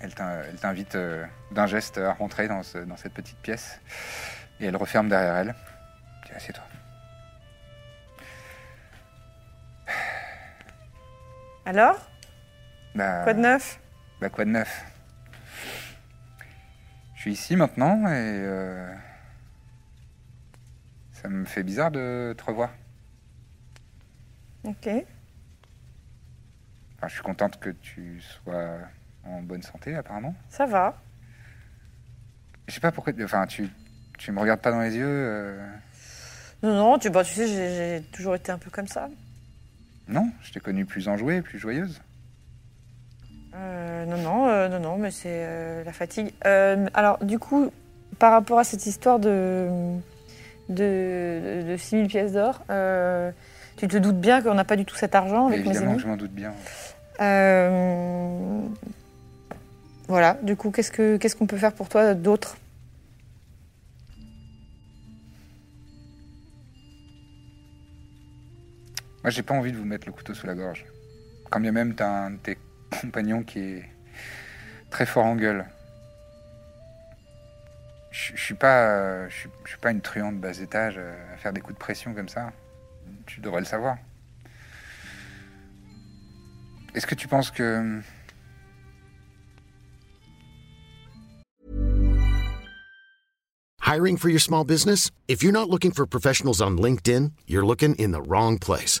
Elle t'in- elle t'invite euh, d'un geste à rentrer dans, ce- dans cette petite pièce et elle referme derrière elle. Tiens, Assieds-toi.
Alors
Bah,
Quoi de neuf
bah, quoi de neuf Je suis ici maintenant et euh, ça me fait bizarre de te revoir.
Ok.
Enfin, je suis contente que tu sois en bonne santé apparemment.
Ça va.
Je sais pas pourquoi. Enfin, tu, tu me regardes pas dans les yeux. euh,
Non, non, tu, bah, tu sais, j'ai j'ai toujours été un peu comme ça.
Non, je t'ai connue plus enjouée, plus joyeuse.
Euh, non, non, euh, non, non, mais c'est euh, la fatigue. Euh, alors, du coup, par rapport à cette histoire de, de, de 6 000 pièces d'or, euh, tu te doutes bien qu'on n'a pas du tout cet argent avec mes
évidemment que
amis.
je m'en doute bien.
Euh, voilà, du coup, qu'est-ce que qu'est-ce qu'on peut faire pour toi d'autre
Moi, j'ai pas envie de vous mettre le couteau sous la gorge. Quand bien même, t'as un de tes [LAUGHS] compagnons qui est très fort en gueule. Je je suis pas, euh, je suis- je suis pas une truande bas étage euh, à faire des coups de pression comme ça. Tu devrais le savoir. Est-ce que tu penses que hum,
Hiring for your small business? If you're not looking for professionals on LinkedIn, you're looking in the wrong place.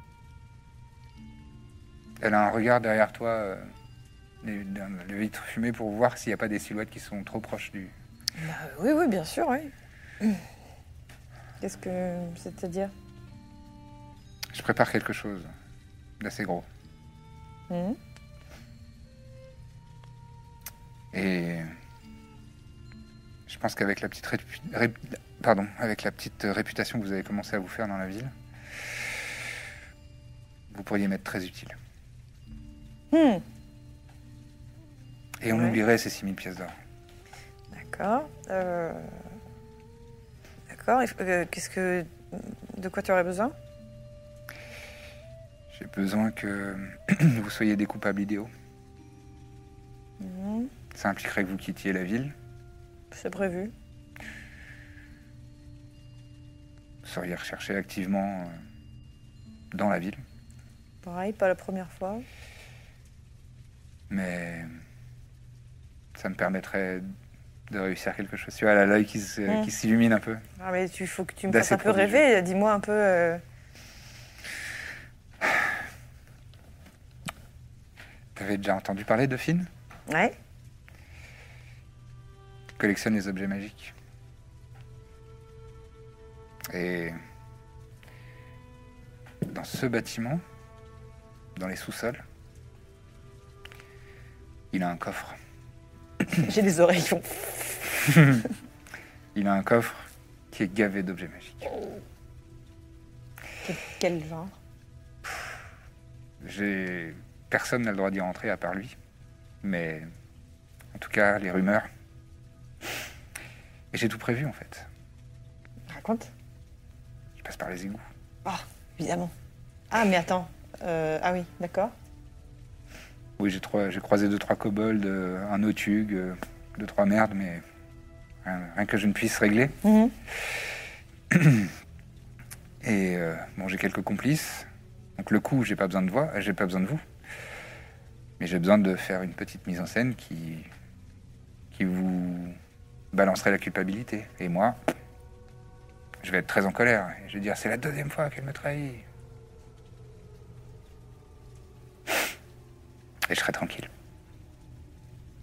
Elle a un regard derrière toi, euh, les, d'un- les vitres fumées pour voir s'il n'y a pas des silhouettes qui sont trop proches du,
Oui, oui, bien sûr, oui. [CLEARS THROAT] Qu'est-ce que c'est-à-dire
Je prépare quelque chose d'assez gros.
Mhm.
Et je pense qu'avec la petite répu- ré- pardon, avec la petite réputation que vous avez commencé à vous faire dans la ville, vous pourriez m'être très utile.
Hmm,
Et on
Ouais.
oublierait ces 6000 pièces d'or.
D'accord. euh, D'accord. et, euh, Qu'est-ce que de quoi tu aurais besoin
J'ai besoin que [CLEARS THROAT] vous soyez des coupables idéaux.
Mhm,
Ça impliquerait que vous quittiez la ville.
C'est prévu.
Vous seriez recherché activement euh, dans la ville.
Pareil, pas la première fois.
mais ça me permettrait de réussir quelque chose. Tu vois, elle a l'œil qui se-
Mm.
qui s'illumine un peu.
Ah, mais tu faut que tu me
D'assez
fasses un peu
prodigieux.
rêver. Dis-moi un peu. euh,
T'avais déjà entendu parler de Finn
Ouais.
Collectionne les objets magiques. Et dans ce bâtiment, dans les sous-sols, il a un coffre.
[LAUGHS] J'ai des oreilles qui ont
Il a un coffre qui est gavé d'objets magiques.
quel genre
J'ai personne n'a le droit d'y rentrer à part lui, mais en tout cas les rumeurs. Et j'ai tout prévu en fait.
Raconte.
Je passe par les égouts.
Ah, évidemment. Ah, mais attends. Euh, ah oui, d'accord.
Oui, j'ai trois- j'ai croisé deux, trois kobolds, euh, un otug, euh, deux, trois merdes, mais rien, rien que je ne puisse régler.
Mhm.
Et euh, bon, j'ai quelques complices. Donc le coup, j'ai pas besoin [LAUGHS] de voix, euh, j'ai pas besoin de vous. Mais j'ai besoin de faire une petite mise en scène qui, qui vous balancerait la culpabilité. Et moi, je vais être très en colère. Et je vais dire, c'est la deuxième fois qu'elle me trahit. Et je serai tranquille.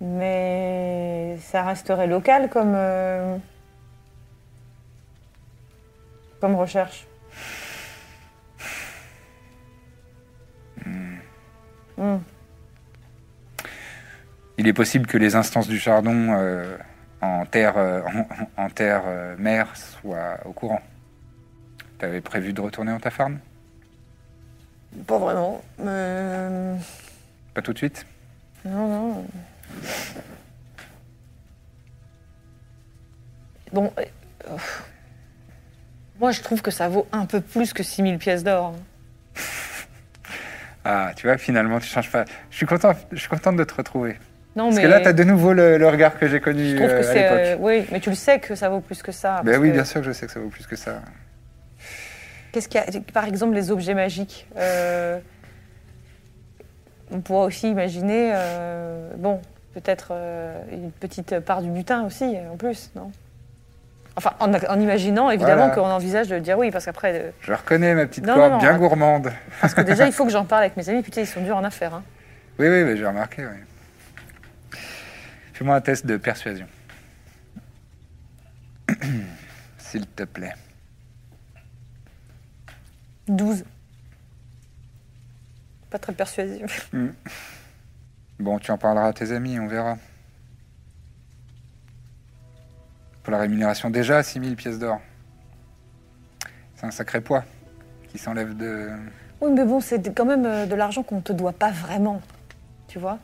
Mais ça resterait local comme. euh, comme recherche. Hmm.
Il est possible que les instances du chardon euh, en terre, euh, en, en terre euh, mère soient au courant. T'avais prévu de retourner en ta farm
Pas vraiment. Euh,
Pas tout de suite
Non, non. Bon. euh, euh, Moi, je trouve que ça vaut un peu plus que 6000 pièces d'or. hein.
Ah, tu vois, finalement, tu changes pas. Je suis content, je suis contente de te retrouver.
Non,
Parce
mais.
que là, t'as de nouveau le, le regard que j'ai connu
je trouve
euh,
que
à
c'est. euh,
l'époque.
oui, mais tu le sais que ça vaut plus que ça.
Ben
parce
oui,
que-
bien sûr que je sais que ça vaut plus que ça.
Qu'est-ce qu'il y a Par exemple, les objets magiques. euh, on pourra aussi imaginer, euh, bon, peut-être euh, une petite part du butin aussi, euh, en plus, non Enfin, en, en imaginant, évidemment,
Voilà.
qu'on envisage de dire oui, parce qu'après, euh,
Je reconnais ma petite
Non,
corde
non, non,
bien
attends.
gourmande.
parce que déjà, il faut que j'en parle avec mes amis. Putain, ils sont durs en affaires. hein.
Oui, oui, mais j'ai remarqué, oui. Fais-moi un test de persuasion. [CLEARS THROAT] S'il te plaît.
12. Pas très persuasif.
Bon, tu en parleras à tes amis, on verra. Pour la rémunération, déjà 6000 pièces d'or. C'est un sacré poids qui s'enlève de.
Oui, mais bon, c'est quand même euh, de l'argent qu'on ne te doit pas vraiment, tu vois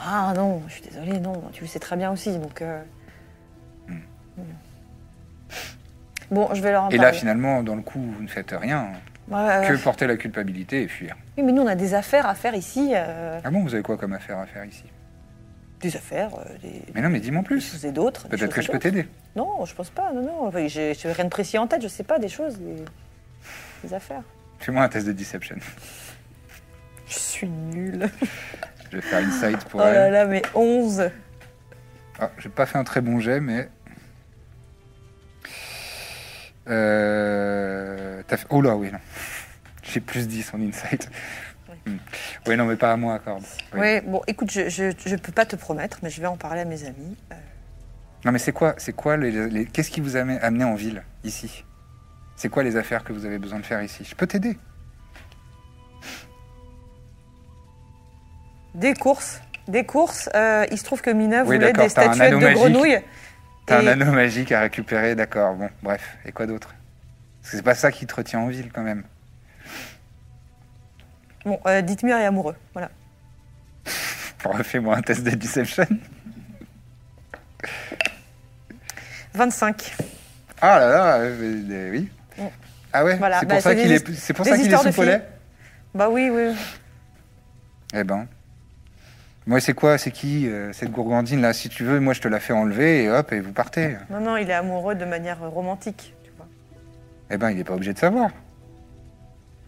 Ah non, je suis désolée, non, tu le sais très bien aussi, donc... euh, Hmm. Bon, je vais leur en
Hmm. Et là,
parler.
finalement, dans le coup, vous ne faites rien.
Ouais, ouais,
Que
ouais.
porter la culpabilité et fuir.
Oui, mais nous, on a des affaires à faire ici. euh,
Ah bon, vous avez quoi comme affaire à faire ici
Des affaires, euh, des...
Mais non, mais dis-moi
des
plus.
choses et d'autres. des choses
Peut-être que
et
je peux
d'autres.
t'aider.
Non, je pense pas, non, non. Enfin, J'ai j'ai rien de précis en tête, je sais pas, des choses, des, des affaires.
Fais-moi un test de deception.
Je suis nulle.
Je vais faire une side
Oh
pour
là
elle.
là, mais 11
Ah, j'ai pas fait un très bon jet, mais. Euh... t'as fait- Oh là, oui, non. [LAUGHS] J'ai plus 10 en insight. Hmm. Oui, non, mais pas à moi, corde. Oui.
Ouais, bon, écoute, je, je, je peux pas te promettre, mais je vais en parler à mes amis. Euh,
Non, mais c'est quoi, c'est quoi les, les- qu'est-ce qui vous a amené- amené en ville ici C'est quoi les affaires que vous avez besoin de faire ici Je peux t'aider.
des courses, des courses. euh, il se trouve que Mina
Oui,
voulait
d'accord,
des
t'as un
statuettes
anneau
de
magique.
grenouilles.
T'as
Et-
un anneau magique à récupérer, d'accord. Bon, bref. Et quoi d'autre Parce que c'est pas ça qui te retient en ville, quand même. [LAUGHS]
Bon, euh, Dithmir est amoureux, voilà.
Refais-moi un test de deception.
25.
[LAUGHS] Ah là là, euh, euh, oui.
Bon.
Ah ouais
Voilà,
C'est pour
bah,
ça
c'est
qu'il
des
est, c'est pour
des
ça qu'il est
histoires de
sous
filles.
polais
Bah oui, oui.
Eh ben. Moi, c'est quoi C'est qui euh, cette gourgandine là Si tu veux, moi, je te la fais enlever et hop, et vous partez.
Non, non, il est amoureux de manière euh, romantique, tu vois.
Eh ben, il n'est pas obligé de savoir.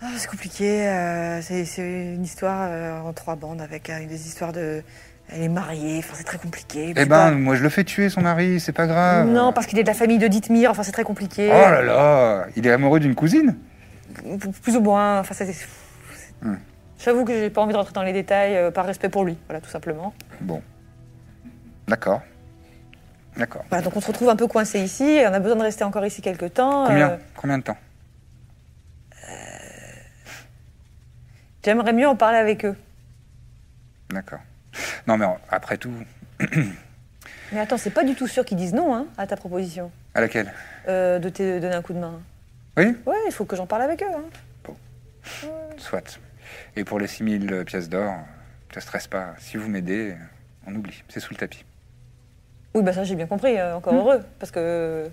Ah, c'est compliqué. euh, c'est c'est une histoire euh, en trois bandes avec euh, des histoires de. Elle est mariée, enfin, c'est très compliqué.
Eh
puis pas-
ben, moi, je le fais tuer son mari, c'est pas grave.
Non, parce qu'il est de la famille de Dithmir, enfin, c'est très compliqué.
Oh là là Il est amoureux d'une cousine
plus ou moins. Enfin, c'était.
Hmm.
J'avoue que j'ai pas envie de rentrer dans les détails euh, par respect pour lui, voilà, tout simplement.
Bon. D'accord. D'accord.
Voilà, donc on se retrouve un peu coincé ici, et on a besoin de rester encore ici quelques temps.
Combien
Euh,
Combien de temps
J'aimerais mieux en parler avec eux.
D'accord. Non, mais en- après tout,
Mais attends, c'est pas du tout sûr qu'ils disent non hein, à ta proposition
à laquelle
euh, de te donner un coup de main.
Oui
Ouais, il faut que j'en parle avec eux. hein.
Soit. Et pour les 6000 pièces d'or, ne stresse pas. Si vous m'aidez, euh, on oublie. C'est sous le tapis.
Oui, bah ça j'ai bien compris, euh,
Hmm.
encore heureux, parce que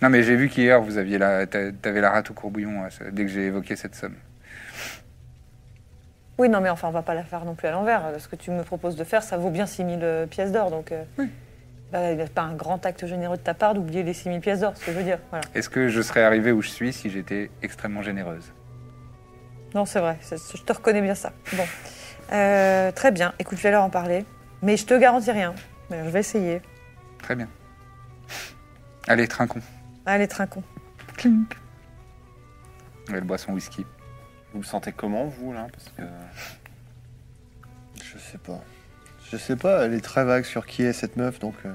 Non, mais j'ai vu qu'hier, vous aviez euh, la, t'a- t'avais la rate au courbouillon hein, ça- dès que j'ai évoqué cette somme.
Oui, non, mais enfin, on va pas la faire non plus à l'envers. euh, Ce que tu me proposes de faire, ça vaut bien 6000 pièces d'or. Donc, euh, bah, c'est pas un grand acte généreux de ta part d'oublier les 6000 pièces d'or, ce que je veux dire. Voilà.
Est-ce que je serais arrivé où je suis si j'étais extrêmement généreuse
Non, c'est vrai, c'est- je te reconnais bien ça. Bon. Euh, très bien, écoute, je vais leur en parler. Mais je te garantis rien. Mais je vais essayer.
Très bien. Allez, trinquons.
Allez, trinquons.
Elle boit son whisky.
Vous le sentez comment, vous, là Parce que...
Je sais pas. Je sais pas, elle est très vague sur qui est cette meuf, donc. euh,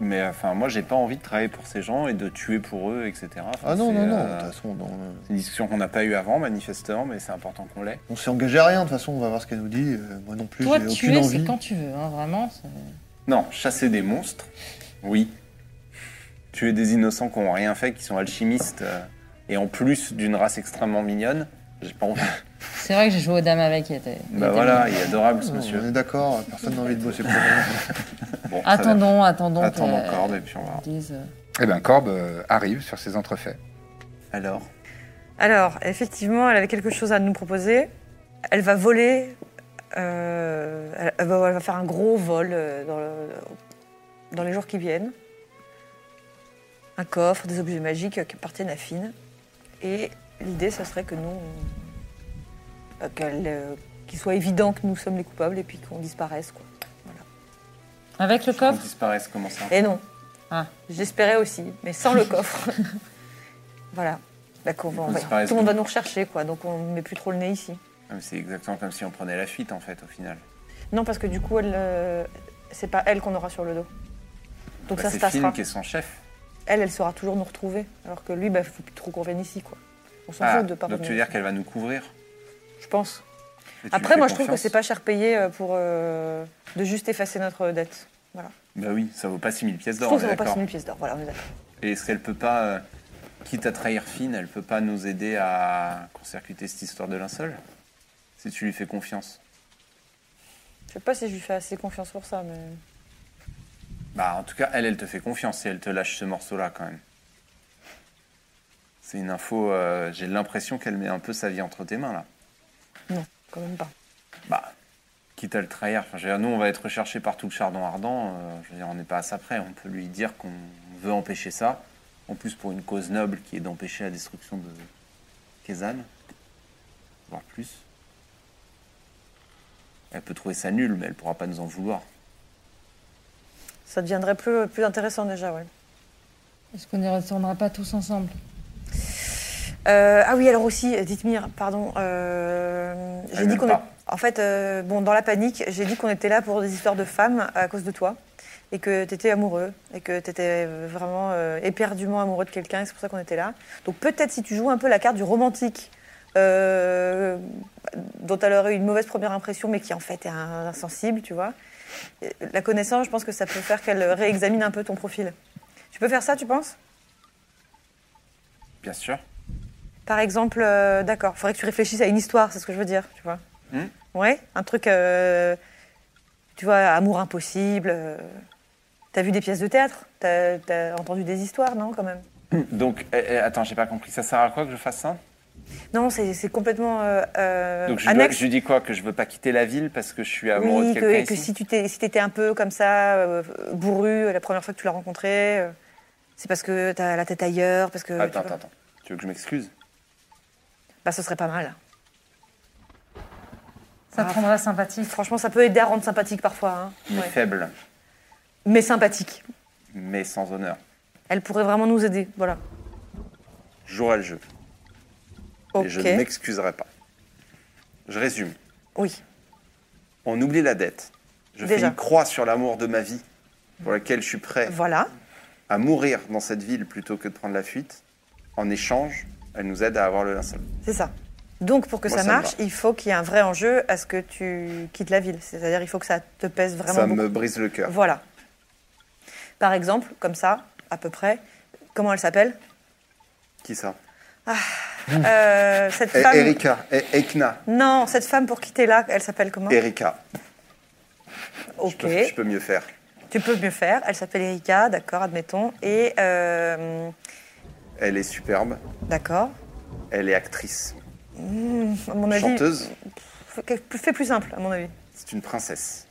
Mais enfin, moi, j'ai pas envie de travailler pour ces gens et de tuer pour eux, etc. Enfin,
Ah non,
c'est,
non, non, de
euh,
toute façon, non, non.
C'est une discussion qu'on n'a pas eue avant, manifestement, mais c'est important qu'on l'ait.
on s'est engagé à rien, de toute façon, on va voir ce qu'elle nous dit. euh, moi non plus,
Toi,
j'ai aucune
tuer, c'est
envie.
quand tu veux, hein, vraiment. c'est-
Non, chasser des monstres, oui. Tuer des innocents qui n'ont rien fait, qui sont alchimistes, euh, et en plus d'une race extrêmement mignonne, j'ai pas envie.
C'est vrai que j'ai joué aux dames avec. il était- il
bah
était
voilà,
mignon.
il est adorable, ce
Non,
monsieur.
on est d'accord, personne n'a envie de bosser pour elle.
Bon, ça va.
Attendons, attendons.
Attendons
que-
Corbe, et puis on va voir.
qu'ils disent, euh,
Eh bien, Corbe euh, arrive sur ses entrefaits.
Alors
Alors, effectivement, elle avait quelque chose à nous proposer. Elle va voler. euh, elle, elle va, elle va faire un gros vol euh, dans, le- dans les jours qui viennent. Un coffre, des objets magiques euh, qui appartiennent à Finn. Et l'idée, ce serait que nous. on- euh, qu'elle, euh, qu'il soit évident que nous sommes les coupables et puis qu'on disparaisse. Quoi.
Avec le
On
coffre
disparaisse, comment ça
Et non.
Ah.
J'espérais aussi, mais sans le coffre. voilà. Bah, qu'on va-
On
on va-
disparaisse.
tout le monde va nous rechercher, quoi, donc on ne met plus trop le nez ici.
Ah, mais C'est exactement comme si on prenait la fuite, en fait, au final.
Non, parce que du coup, elle, euh, c'est pas elle qu'on aura sur le dos. Donc
Bah,
ça se
c'est
tassera.
Finn qui est son chef.
Elle, elle saura toujours nous retrouver. Alors que lui, bah, faut plus trop qu'on vienne ici, quoi. On s'en
Ah,
fout de pas revenir
donc tu veux
ici,
dire qu'elle va nous couvrir
Je pense.
Et tu lui
Après,
fais
moi, je trouve que
confiance
c'est pas cher payé euh, pour euh, de juste effacer notre dette. Voilà.
Bah oui, ça vaut pas 6000 pièces
Je
d'or, on
trouve que
est
ça vaut pas
d'accord.
6 000 pièces d'or. Voilà, on est d'accord.
Et est-ce qu'elle peut pas, euh, quitte à trahir Finn, elle peut pas nous aider à court-circuiter cette histoire de linceul Si tu lui fais confiance.
Je sais pas si je lui fais assez confiance pour ça, mais.
Bah en tout cas, elle, elle te fait confiance et elle te lâche ce morceau-là quand même. C'est une info, euh, j'ai l'impression qu'elle met un peu sa vie entre tes mains là.
Non, quand même pas.
Bah, quitte à le trahir, enfin, je veux dire, nous on va être recherchés par tout le chardon ardent, euh, je veux dire, on n'est pas à ça près, on peut lui dire qu'on veut empêcher ça, en plus pour une cause noble qui est d'empêcher la destruction de Kézan, voire plus. Elle peut trouver ça nul, mais elle pourra pas nous en vouloir.
Ça deviendrait plus, plus intéressant déjà, ouais.
Est-ce qu'on n'y retournera pas tous ensemble
Euh, ah oui, alors aussi, Dithmir, pardon. euh, j'ai
Elle
dit
m'aime
qu'on.
pas.
est- En fait, euh, bon, dans la panique, j'ai dit qu'on était là pour des histoires de femmes à cause de toi. Et que t'étais amoureux. Et que t'étais vraiment euh, éperdument amoureux de quelqu'un. Et c'est pour ça qu'on était là. Donc peut-être si tu joues un peu la carte du romantique. euh, dont elle aurait eu une mauvaise première impression, mais qui en fait est un- insensible, tu vois. Et La connaissance, je pense que ça peut faire qu'elle réexamine un peu ton profil. Tu peux faire ça, tu penses
Bien sûr.
Par exemple, euh, d'accord, faudrait que tu réfléchisses à une histoire, c'est ce que je veux dire, tu vois.
Hmm.
Ouais, un truc, euh, tu vois, amour impossible. euh, T'as vu des pièces de théâtre T'as t'as entendu des histoires, non, quand même
[CLEARS THROAT] Donc, eh, eh, attends, j'ai pas compris, ça sert à quoi que je fasse ça
Non, c'est c'est complètement euh, euh,
Donc je, dois-
annexe.
je lui dis quoi Que je veux pas quitter la ville parce que je suis amoureux
oui,
de
que,
quelqu'un
que
ici
si tu t'es- si t'étais un peu comme ça, euh, bourru, euh, la première fois que tu l'as rencontré, euh, c'est parce que t'as la tête ailleurs, parce que... tu
Attends,
vois.
attends, attends. Tu veux que je m'excuse
Bah, ce serait pas mal.
Ça te rendra sympathique.
Franchement, ça peut aider à rendre sympathique parfois, hein.
Mais
Ouais.
faible,
Mais sympathique.
mais sans honneur.
Elle pourrait vraiment nous aider, voilà.
Jouerai le jeu.
Ok.
et je ne m'excuserai pas. Je résume.
Oui.
On oublie la dette. Je
Déjà.
fais une croix sur l'amour de ma vie, pour laquelle je suis prêt
Voilà.
à mourir dans cette ville plutôt que de prendre la fuite. En échange, elle nous aide à avoir le linceul.
C'est ça. Donc pour que
Moi,
ça
ça me
marche, il faut qu'il y ait un vrai enjeu à ce que tu quittes la ville. C'est-à-dire il faut que ça te pèse vraiment
Ça
beaucoup.
me brise le cœur.
Voilà. Par exemple, comme ça, à peu près, comment elle s'appelle
Qui ça
Euh, Cette
Eh,
femme...
Erika. Eh, Ekna.
Non, cette femme pour quitter là, elle s'appelle comment
Erika. Je
Ok.
peux- je peux mieux faire.
Tu peux mieux faire. Elle s'appelle Erika, d'accord, admettons. Et... euh,
Elle est superbe.
D'accord.
Elle est actrice.
À mon avis...
Chanteuse.
Fais fais plus simple, à mon avis.
C'est une princesse.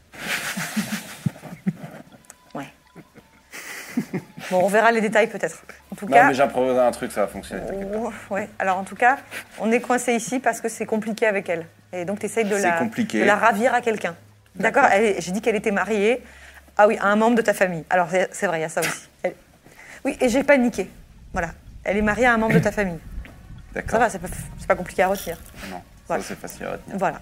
Bon, on verra les détails peut-être. En tout
Non,
cas,
mais j'improviserai un truc, ça va fonctionner. t'inquiète pas.
Oh, ouais. Alors en tout cas, on est coincé ici parce que c'est compliqué avec elle. Et donc tu essayes de
C'est
la,
compliqué.
de la ravir à quelqu'un. D'accord Elle est- J'ai dit qu'elle était mariée. Ah oui, à un membre de ta famille. Alors c'est c'est vrai, il y a ça aussi. Elle- Oui, et j'ai paniqué. Voilà. Elle est mariée à un membre de ta famille. Ça
D'accord.
va, c'est pas, c'est pas compliqué à retenir.
Non,
Voilà.
ça c'est facile à retenir.
Voilà.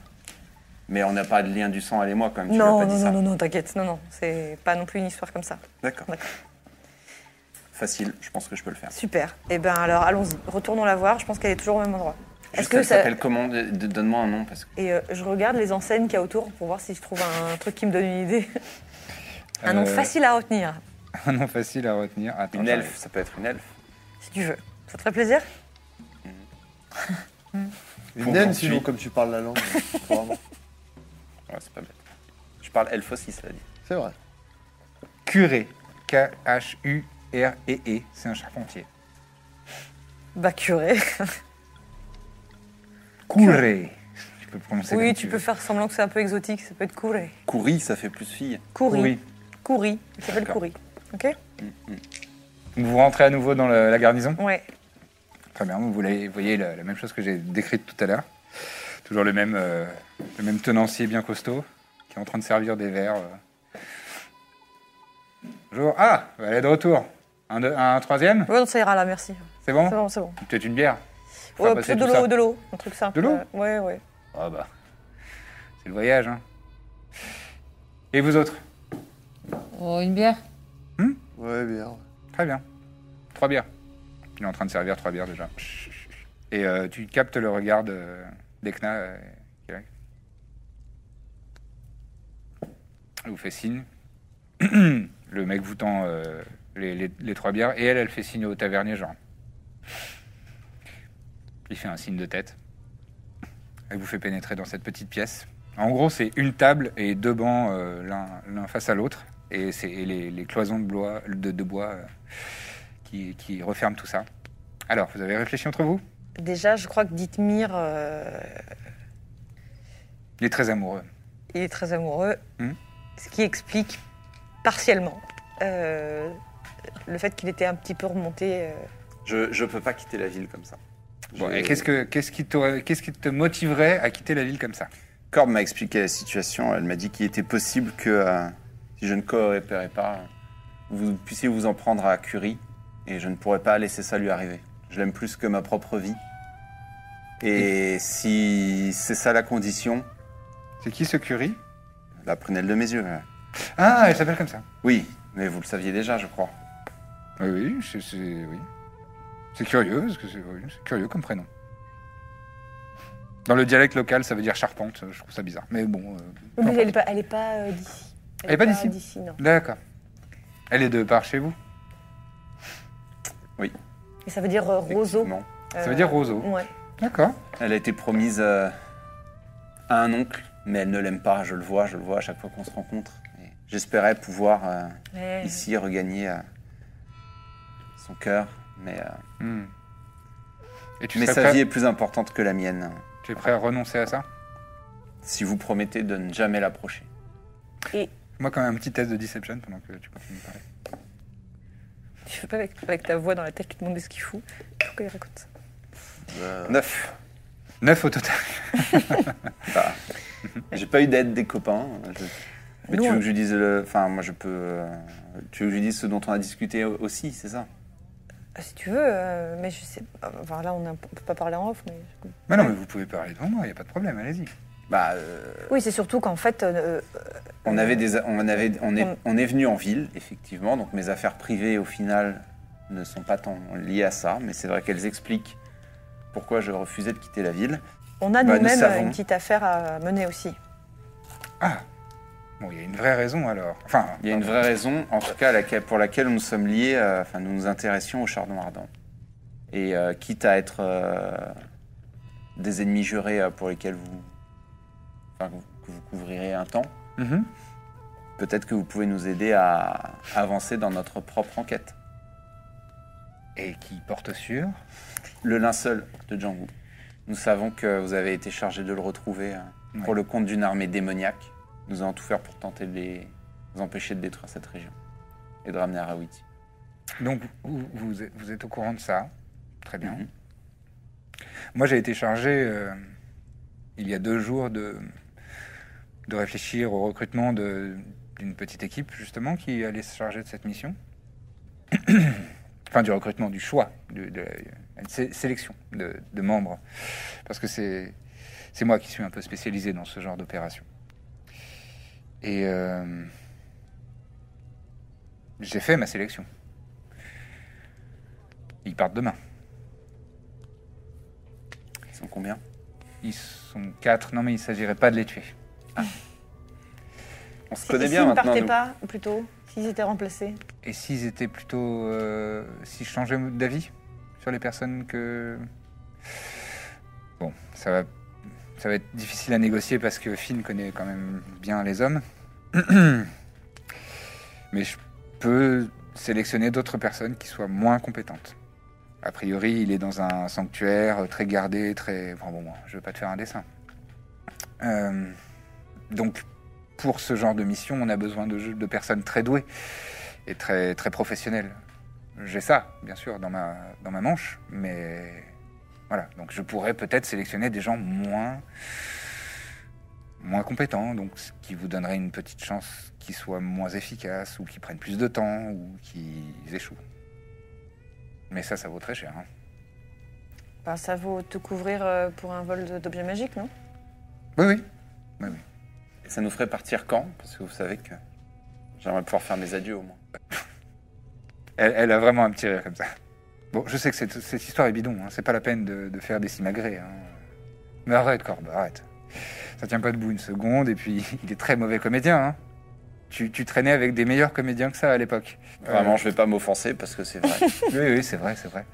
Mais on n'a pas de lien du sang, elle et moi quand même. Tu
Non,
m'as pas
non,
dit
non,
ça.
non, non, t'inquiète. Non, non, c'est pas non plus une histoire comme ça.
D'accord.
D'accord.
Facile, je pense que je peux le faire.
Super. Eh ben alors, allons-y. Retournons la voir. Je pense qu'elle est toujours au même endroit.
Juste, elle s'appelle comment De- de- Donne-moi un nom parce que.
Et euh, je regarde les enseignes qu'il y a autour pour voir si je trouve un truc qui me donne une idée. Un nom
Euh.
facile à retenir,
Un nom facile à retenir. Attends,
Une
j'arrive.
elfe, ça peut être une elfe.
si tu veux. Ça te ferait plaisir
Une
Pour
naine,
ensuite.
sinon, comme tu parles la [LAUGHS] langue. Vraiment.
Ouais, c'est pas bête. Je parle elfe aussi, cela dit.
C'est vrai.
Curé. K-H-U-R-E-E. E C'est un charpentier.
Bah, [LAUGHS] curé.
Curé. Tu peux le prononcer
Oui,
comme
tu
veux.
peux faire semblant que c'est un peu exotique, ça peut être couré.
Courri, ça fait plus fille.
Courri.
Curé.
Courri. Il s'appelle
D'accord.
Courri. Ok
Vous rentrez à nouveau dans le- la garnison
Ouais.
Très bien, vous voyez, vous voyez la, la même chose que j'ai décrite tout à l'heure. Toujours le même, euh, le même tenancier bien costaud qui est en train de servir des verres. euh. Bonjour. Ah, elle est de retour. Un, deux- un troisième
Ouais, non, ça ira là, merci.
C'est bon
C'est bon, c'est bon.
Peut-être une bière Faut
Ouais,
Hein faire
plutôt
passer
de
tout ça.
l'eau, de l'eau. Un truc simple.
De l'eau
euh, Ouais, ouais.
Ah bah, c'est le voyage. Hein. Et vous autres
Oh, une bière
Ouais, bien.
Très bien. Trois bières. Il est en train de servir trois bières déjà. Chut, chut, chut. Et euh, tu captes le regard de- d'Ekna. euh, qui est là. Elle vous fait signe. [CLEARS THROAT] le mec vous tend euh, les, les- les trois bières et elle, elle fait signe au tavernier, genre. Il fait un signe de tête. Elle vous fait pénétrer dans cette petite pièce. En gros, c'est une table et deux bancs euh, l'un l'un face à l'autre. Et c'est et les, les cloisons de bois, de, de bois euh, qui, qui referment tout ça. Alors, vous avez réfléchi entre vous
Déjà, je crois que Dithmir, euh,
Il est très amoureux.
il est très amoureux.
Mhm.
Ce qui explique partiellement euh, le fait qu'il était un petit peu remonté. euh,
Je, je peux pas quitter la ville comme ça.
Bon,
J'ai-
et qu'est-ce, que, qu'est-ce, qui t'aurait- qu'est-ce qui te motiverait à quitter la ville comme ça
Corbe m'a expliqué la situation. Elle m'a dit qu'il était possible que, euh, si je ne coopérais pas, vous puissiez vous en prendre à Curie et je ne pourrais pas laisser ça lui arriver. Je l'aime plus que ma propre vie. Et si c'est ça la condition,
C'est qui ce Curie
la prunelle de mes yeux. euh.
Ah, elle s'appelle comme ça.
Oui, mais vous le saviez déjà, je crois.
Oui, Ah oui, c'est, c'est- oui. C'est curieux, parce que c'est, oui, c'est curieux comme prénom. Dans le dialecte local, ça veut dire charpente. Je trouve ça bizarre. Mais bon. euh, peu
Oui, mais
importe.
elle n'est pas, elle est pas, euh, d'ici.
Elle est pas d'ici
non.
D'accord. Elle est de par chez vous
Et ça veut dire euh, roseau. Euh,
Effectivement.
Ça veut dire roseau.
Ouais.
D'accord.
Elle a été promise euh, à un oncle, mais elle ne l'aime pas. Je le vois, je le vois à chaque fois qu'on se rencontre. Et J'espérais pouvoir euh,
Mais-
ici regagner euh, son cœur, mais, euh,
Hmm. Et tu,
mais
serais
sa
prêt,
vie est plus importante que la mienne.
tu es prêt à renoncer à ça
Si vous promettez de ne jamais l'approcher.
Moi, quand même, un petit test de deception pendant que tu continues de parler.
Je sais pas avec, avec ta voix dans la tête qui te demande ce qu'il fout. Pourquoi il raconte ça
Bah,
Neuf.
Neuf au total.
Bah, [LAUGHS] J'ai pas eu d'aide des copains. euh, Je- Mais
Nous,
tu
on-
veux que je lui dise le. Enfin, moi je peux. euh, Tu veux que je lui dise ce dont on a discuté au- aussi, c'est ça
Ah, Si tu veux, euh, mais je sais. Enfin là, on, a- on peut pas parler en off, mais.
Mais non, mais vous pouvez parler devant moi, il n'y a pas de problème, allez-y.
Bah, euh,
Oui, c'est surtout qu'en fait, euh,
On avait des, on avait, on est,
On-
on est venu en ville, effectivement. Donc mes affaires privées, au final, ne sont pas tant liées à ça, mais c'est vrai qu'elles expliquent pourquoi je refusais de quitter la ville.
on a
Bah, nous
nous-mêmes euh,
savons.
une petite affaire à mener aussi.
Bon, il y a une vraie raison alors. Enfin,
Il y a une vraie raison, en tout cas, laquelle- pour laquelle nous sommes liés. euh, Enfin, nous nous intéressions au chardon ardent. Et euh, quitte à être euh, des ennemis jurés euh, pour lesquels vous, enfin, que vous- que vous couvrirez un temps,
Mhm.
peut-être que vous pouvez nous aider à avancer dans notre propre enquête.
Et qui porte sur
Le linceul de Django. Nous savons que vous avez été chargé de le retrouver euh, pour le compte d'une armée démoniaque. Nous allons tout faire pour tenter de les empêcher de détruire cette région et de ramener Arawiti.
Donc, vous, vous êtes- vous êtes au courant de ça. Très bien. Moi, j'ai été chargé, euh, il y a deux jours, de, de réfléchir au recrutement de- d'une petite équipe, justement, qui allait se charger de cette mission. enfin, du recrutement, du choix, du- de la une sé- sélection de, de membres. Parce que c'est c'est moi qui suis un peu spécialisé dans ce genre d'opération. Et euh, j'ai fait ma sélection. Ils partent demain.
Ils sont combien
Ils sont quatre. Non, mais il ne s'agirait pas de les tuer.
On se
Si-
connaît
et
bien
S'ils ne
maintenant.
partaient
nous.
pas, plutôt, s'ils étaient remplacés.
Et s'ils étaient plutôt. euh, si je changeais d'avis sur les personnes que. Bon, ça va, ça va être difficile à négocier parce que Finn connaît quand même bien les hommes. [CLEARS THROAT] Mais je peux sélectionner d'autres personnes qui soient moins compétentes. A priori, il est dans un sanctuaire euh, très gardé, très. Bon, bon, bon, je veux pas te faire un dessin. Euh, donc, pour ce genre de mission, on a besoin de, de personnes très douées et très, très professionnel. J'ai ça, bien sûr, dans ma, dans ma manche, mais voilà. Donc je pourrais peut-être sélectionner des gens moins, moins compétents, donc ce qui vous donnerait une petite chance qu'ils soient moins efficaces, ou qu'ils prennent plus de temps, ou qu'ils échouent. Mais ça, ça vaut très cher. hein.
Ben, ça vaut te couvrir euh, pour un vol de- d'objets magiques, non
Oui, oui.
Et ça nous ferait partir quand Parce que vous savez que j'aimerais pouvoir faire mes adieux au moins.
Elle, elle a vraiment un petit rire comme ça. Bon, je sais que cette, cette histoire est bidon, hein. c'est pas la peine de, de faire des simagrées. hein. Mais arrête, Corbe, arrête. Ça tient pas debout une seconde, et puis [LAUGHS] il est très mauvais comédien. hein. Tu, tu traînais avec des meilleurs comédiens que ça à l'époque.
Vraiment, je vais pas m'offenser parce que c'est vrai.
[LAUGHS]
Oui, oui, c'est vrai, c'est vrai.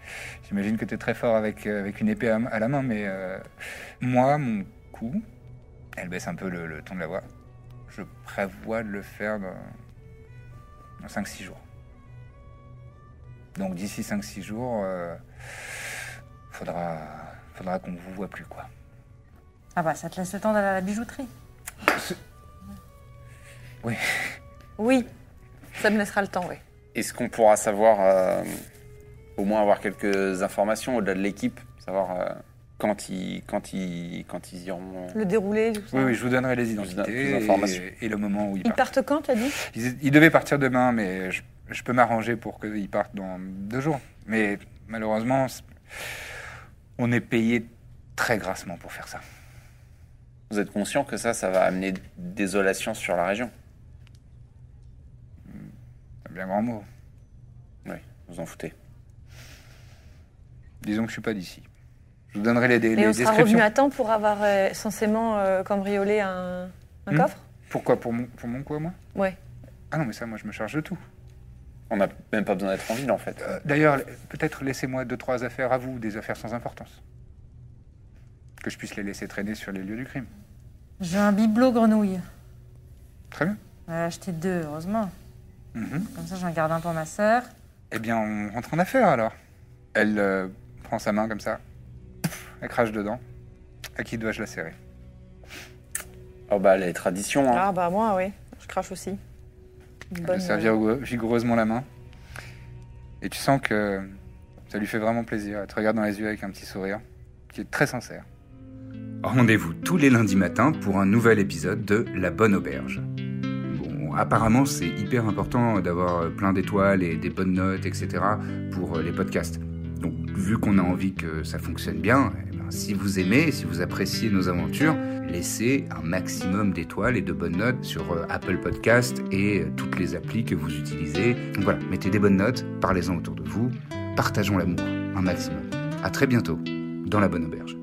J'imagine que tu es très fort avec, euh, avec une épée à, à la main, mais euh, moi, mon coup, elle baisse un peu le, le ton de la voix. Je prévois de le faire dans, dans 5-6 jours. Donc d'ici 5-6 jours, euh, faudra, faudra qu'on vous voit plus, quoi.
Ah bah, ça te laisse le temps d'aller à la bijouterie.
Oui. Ça me laissera le temps, oui.
Est-ce qu'on pourra savoir, euh, au moins avoir quelques informations au-delà de l'équipe, savoir euh, quand, ils, quand, ils, quand ils iront
Le déroulé, tout ça.
Oui, oui, je vous donnerai les
Plus d'in-
identités
plus d'informations.
et, et le moment où ils
Ils
partent.
partent quand, t'as dit
Ils, ils devaient partir demain, mais je, je peux m'arranger pour qu'ils partent dans deux jours. Mais malheureusement, c'est- on est payé très grassement pour faire ça.
Vous êtes conscient que ça, ça va amener désolation sur la région
C'est un bien grand mot.
Oui, vous en foutez.
Disons que je suis pas d'ici. Je vous donnerai les, les
Et on sera revenu
descriptions.
à temps pour avoir euh, censément euh, cambriolé un, un
Hmm.
coffre
Pourquoi Pour mon, pour mon quoi, moi
Ouais.
Ah non, mais ça, moi, je me charge de tout.
On n'a même pas besoin d'être en ville en fait.
Euh, D'ailleurs, peut-être laissez-moi deux, trois affaires à vous, des affaires sans importance. Que je puisse les laisser traîner sur les lieux du crime.
J'ai un bibelot grenouille.
Très bien.
On a acheté deux, heureusement.
Mhm.
Comme ça, j'en garde un pour ma sœur.
Eh bien, on rentre en affaires alors. Elle euh, prend sa main comme ça. Elle crache dedans. À qui dois-je la serrer
Oh bah les traditions, hein.
Ah bah moi, oui. Je crache aussi. Une
Elle
bonne,
lui servir vigoureusement la main. Et tu sens que ça lui fait vraiment plaisir. Elle te regarde dans les yeux avec un petit sourire qui est très sincère. Rendez-vous tous les lundis matins pour un nouvel épisode de La Bonne Auberge. Bon, apparemment, c'est hyper important d'avoir euh, plein d'étoiles et des bonnes notes, etc. pour euh, les podcasts. Donc, vu qu'on a envie que ça fonctionne bien, eh ben, si vous aimez, si vous appréciez nos aventures, laissez un maximum d'étoiles et de bonnes notes sur euh, Apple Podcast et euh, toutes les applis que vous utilisez. Donc voilà, mettez des bonnes notes, parlez-en autour de vous, partageons l'amour un maximum. À très bientôt dans la bonne auberge.